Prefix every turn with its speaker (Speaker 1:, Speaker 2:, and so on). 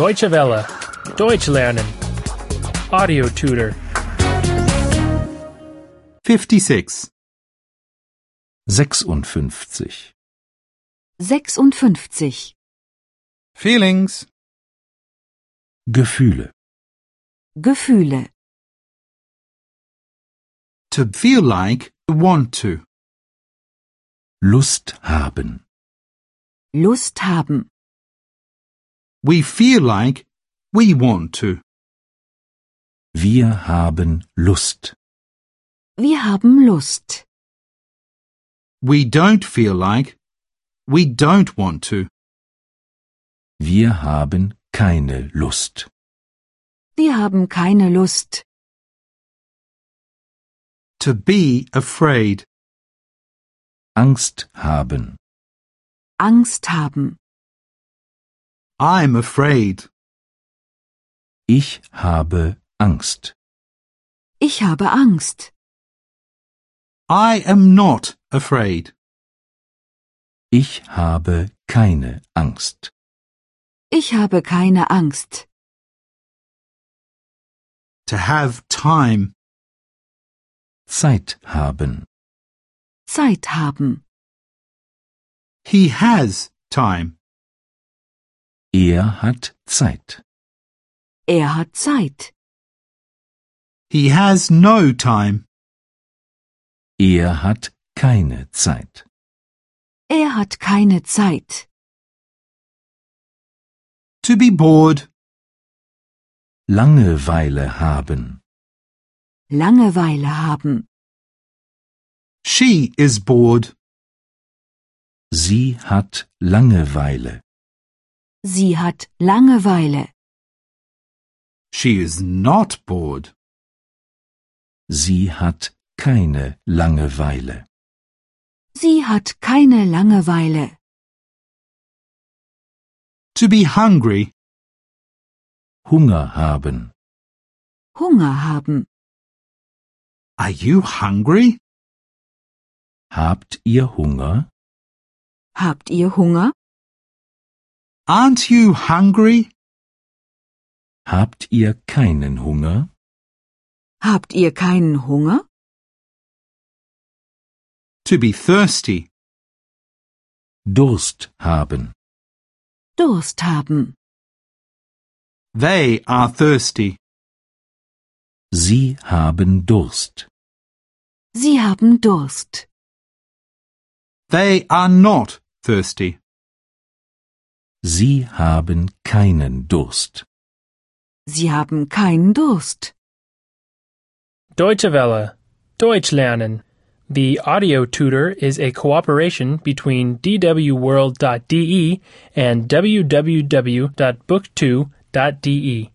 Speaker 1: Deutsche Welle. Deutsch lernen. Audio tutor.
Speaker 2: 56.
Speaker 3: 56.
Speaker 4: 56.
Speaker 2: Feelings.
Speaker 3: Gefühle.
Speaker 4: Gefühle.
Speaker 2: To feel like, want to.
Speaker 3: Lust haben.
Speaker 4: Lust haben.
Speaker 2: We feel like, we want to.
Speaker 3: Wir haben Lust.
Speaker 4: Wir haben Lust.
Speaker 2: We don't feel like, we don't want to.
Speaker 3: Wir haben keine Lust.
Speaker 4: Wir haben keine Lust.
Speaker 2: To be afraid.
Speaker 3: Angst haben.
Speaker 4: Angst haben.
Speaker 2: I'm afraid.
Speaker 3: Ich habe Angst.
Speaker 4: Ich habe Angst.
Speaker 2: I am not afraid.
Speaker 3: Ich habe keine Angst.
Speaker 4: Ich habe keine Angst.
Speaker 2: To have time.
Speaker 3: Zeit haben.
Speaker 4: Zeit haben.
Speaker 2: He has time.
Speaker 3: Er hat Zeit.
Speaker 4: Er hat Zeit.
Speaker 2: He has no time.
Speaker 3: Er hat keine Zeit.
Speaker 4: Er hat keine Zeit.
Speaker 2: To be bored.
Speaker 3: Langeweile haben.
Speaker 4: Langeweile haben.
Speaker 2: She is bored.
Speaker 3: Sie hat Langeweile.
Speaker 4: Sie hat Langeweile.
Speaker 2: She is not bored.
Speaker 3: Sie hat keine Langeweile.
Speaker 4: Sie hat keine Langeweile.
Speaker 2: To be hungry.
Speaker 3: Hunger haben.
Speaker 4: Hunger haben.
Speaker 2: Are you hungry?
Speaker 3: Habt ihr Hunger?
Speaker 4: Habt ihr Hunger?
Speaker 2: Aren't you hungry?
Speaker 3: Habt ihr keinen Hunger?
Speaker 4: Habt ihr keinen Hunger?
Speaker 2: To be thirsty.
Speaker 3: Durst haben.
Speaker 4: Durst haben.
Speaker 2: They are thirsty.
Speaker 3: Sie haben Durst.
Speaker 4: Sie haben Durst.
Speaker 2: They are not thirsty.
Speaker 3: Sie haben keinen Durst.
Speaker 4: Sie haben keinen Durst.
Speaker 1: Deutsche Welle. Deutsch lernen. The audio tutor is a cooperation between E dwworld.de and www.book2.de.